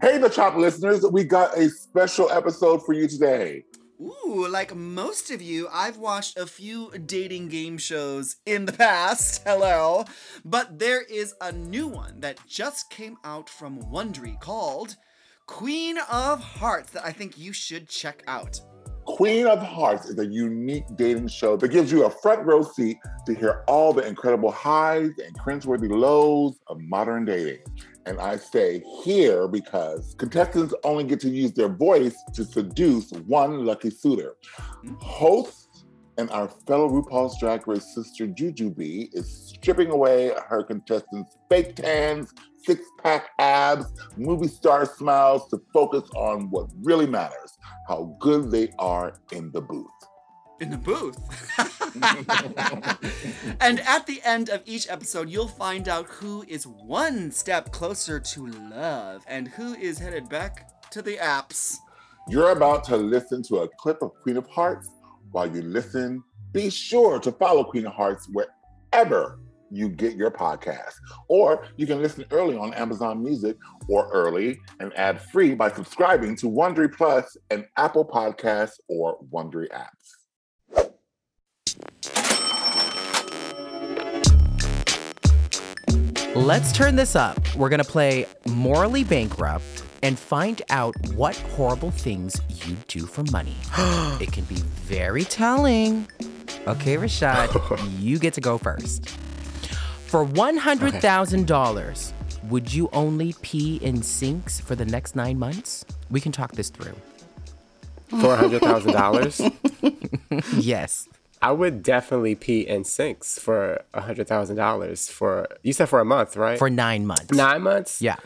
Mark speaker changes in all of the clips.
Speaker 1: Hey, the Chop listeners, we got a special episode for you today.
Speaker 2: Ooh, like most of you, I've watched a few dating game shows in the past. Hello. But there is a new one that just came out from Wondery called Queen of Hearts that I think you should check out.
Speaker 1: Queen of Hearts is a unique dating show that gives you a front row seat to hear all the incredible highs and cringeworthy lows of modern dating. And I say here because contestants only get to use their voice to seduce one lucky suitor. Host and our fellow RuPaul's Drag Race sister Juju B is stripping away her contestants' fake tans, six pack abs, movie star smiles to focus on what really matters how good they are in the booth.
Speaker 2: in the booth. and at the end of each episode, you'll find out who is one step closer to love and who is headed back to the apps.
Speaker 1: You're about to listen to a clip of Queen of Hearts. While you listen, be sure to follow Queen of Hearts wherever you get your podcast. Or you can listen early on Amazon Music or early and ad free by subscribing to Wondery Plus and Apple Podcasts or Wondery apps.
Speaker 3: Let's turn this up. We're going to play Morally Bankrupt and find out what horrible things you do for money. it can be very telling. Okay, Rashad, you get to go first. For $100,000, would you only pee in sinks for the next nine months? We can talk this through.
Speaker 4: Four hundred thousand dollars.
Speaker 3: yes.
Speaker 4: I would definitely pee in sinks for hundred thousand dollars for you said for a month, right?
Speaker 3: For nine months.
Speaker 4: nine months.
Speaker 3: Yeah.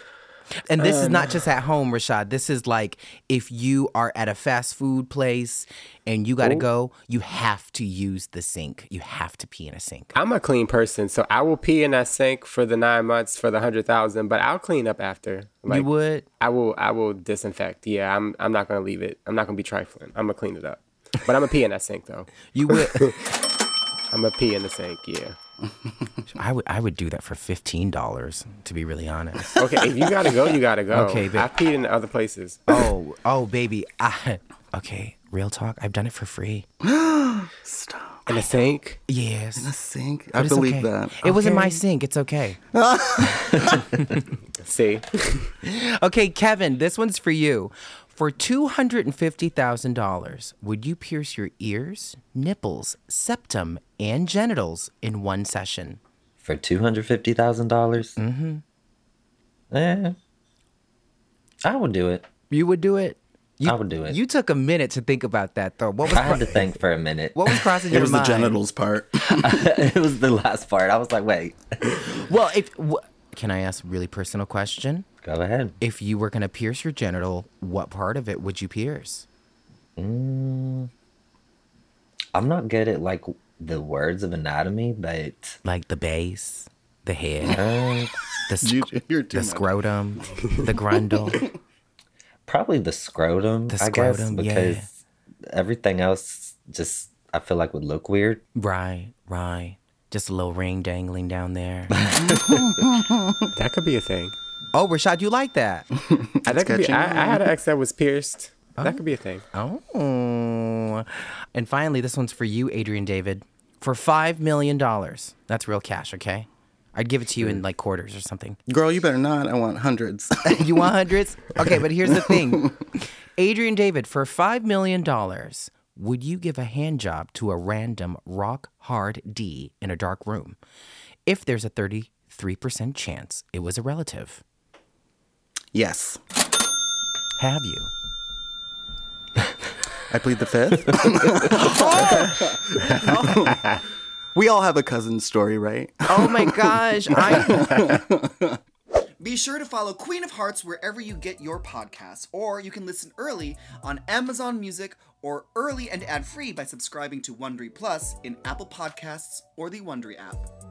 Speaker 3: And this is
Speaker 5: Um,
Speaker 3: not just at home, Rashad. This is like if you are at a fast food place and you
Speaker 5: Oh.
Speaker 3: got to go, you have to use the sink. You have to pee in a sink.
Speaker 4: I'm a clean person, so I will pee in that sink for the nine months for the hundred thousand, but I'll clean up after. Like
Speaker 3: you would?
Speaker 4: I will I will disinfect. Yeah, I'm I'm not gonna leave it. I'm not gonna be trifling. I'm gonna clean it up. But I'm gonna pee in that sink though.
Speaker 3: You would.
Speaker 4: I'm gonna pee in the sink, yeah.
Speaker 3: I would I would do that for $15 to be really honest.
Speaker 4: Okay, if you gotta go, you gotta go.
Speaker 3: Okay, but-
Speaker 4: I peed in other places.
Speaker 3: Oh, oh baby. I, okay, real talk. I've done it for free.
Speaker 4: In the sink?
Speaker 3: Yes.
Speaker 5: Sink. I
Speaker 3: It's
Speaker 5: believe
Speaker 3: okay.
Speaker 5: that.
Speaker 3: It wasn't my sink. It's okay.
Speaker 4: See?
Speaker 3: Okay, Kevin, this one's for you. For $250,000, would you pierce your ears, nipples, septum, and genitals in one session?
Speaker 6: For two hundred fifty thousand dollars. Mm-hmm. Eh, I would do it.
Speaker 3: You would do it? You,
Speaker 6: I would do it.
Speaker 3: You took a minute to think about that, though. What was,
Speaker 6: I had
Speaker 3: cro-
Speaker 6: to think for a minute.
Speaker 3: what was crossing
Speaker 5: It
Speaker 3: your
Speaker 5: was the
Speaker 3: mind?
Speaker 5: genitals part.
Speaker 6: it was the last part. I was like, wait,
Speaker 3: Well, if wh- can I ask a really personal question?
Speaker 6: go ahead.
Speaker 3: If you were going to pierce your genital, what part of it would you pierce?
Speaker 6: I'm not good at like the words of anatomy, but
Speaker 3: Like the base, the head,
Speaker 6: uh,
Speaker 3: the, sc-
Speaker 5: You, you're too
Speaker 3: the
Speaker 5: much.
Speaker 3: scrotum, the grundle.
Speaker 6: probably the scrotum.
Speaker 3: The
Speaker 6: I
Speaker 3: scrotum,
Speaker 6: guess
Speaker 3: yeah.
Speaker 6: because everything else just I feel like would look weird.
Speaker 3: Right, right. Just a little ring dangling down there.
Speaker 4: That could be a thing.
Speaker 3: oh, Rashad, you like that?
Speaker 4: I, that could be,
Speaker 5: catching
Speaker 4: I, I had an ex that was pierced. That could be a thing.
Speaker 3: oh. And finally, this one's for you, Adrian David. For $5 million. That's real cash, okay? I'd give it to you in like quarters or something.
Speaker 5: Girl, you better not. I want hundreds.
Speaker 3: You want hundreds? Okay, but here's the thing Adrian David, for $5 million, would you give a hand job to a random rock hard D in a dark room if there's a 33% chance it was a relative?
Speaker 5: yes.
Speaker 3: Have you?
Speaker 5: I plead the fifth. Oh. we all have a cousin story, right?
Speaker 3: Oh my gosh. I,
Speaker 2: Be sure to follow Queen of Hearts wherever you get your podcasts, or you can listen early on Amazon Music or early and ad free by subscribing to Wondery Plus in Apple Podcasts or the Wondery app.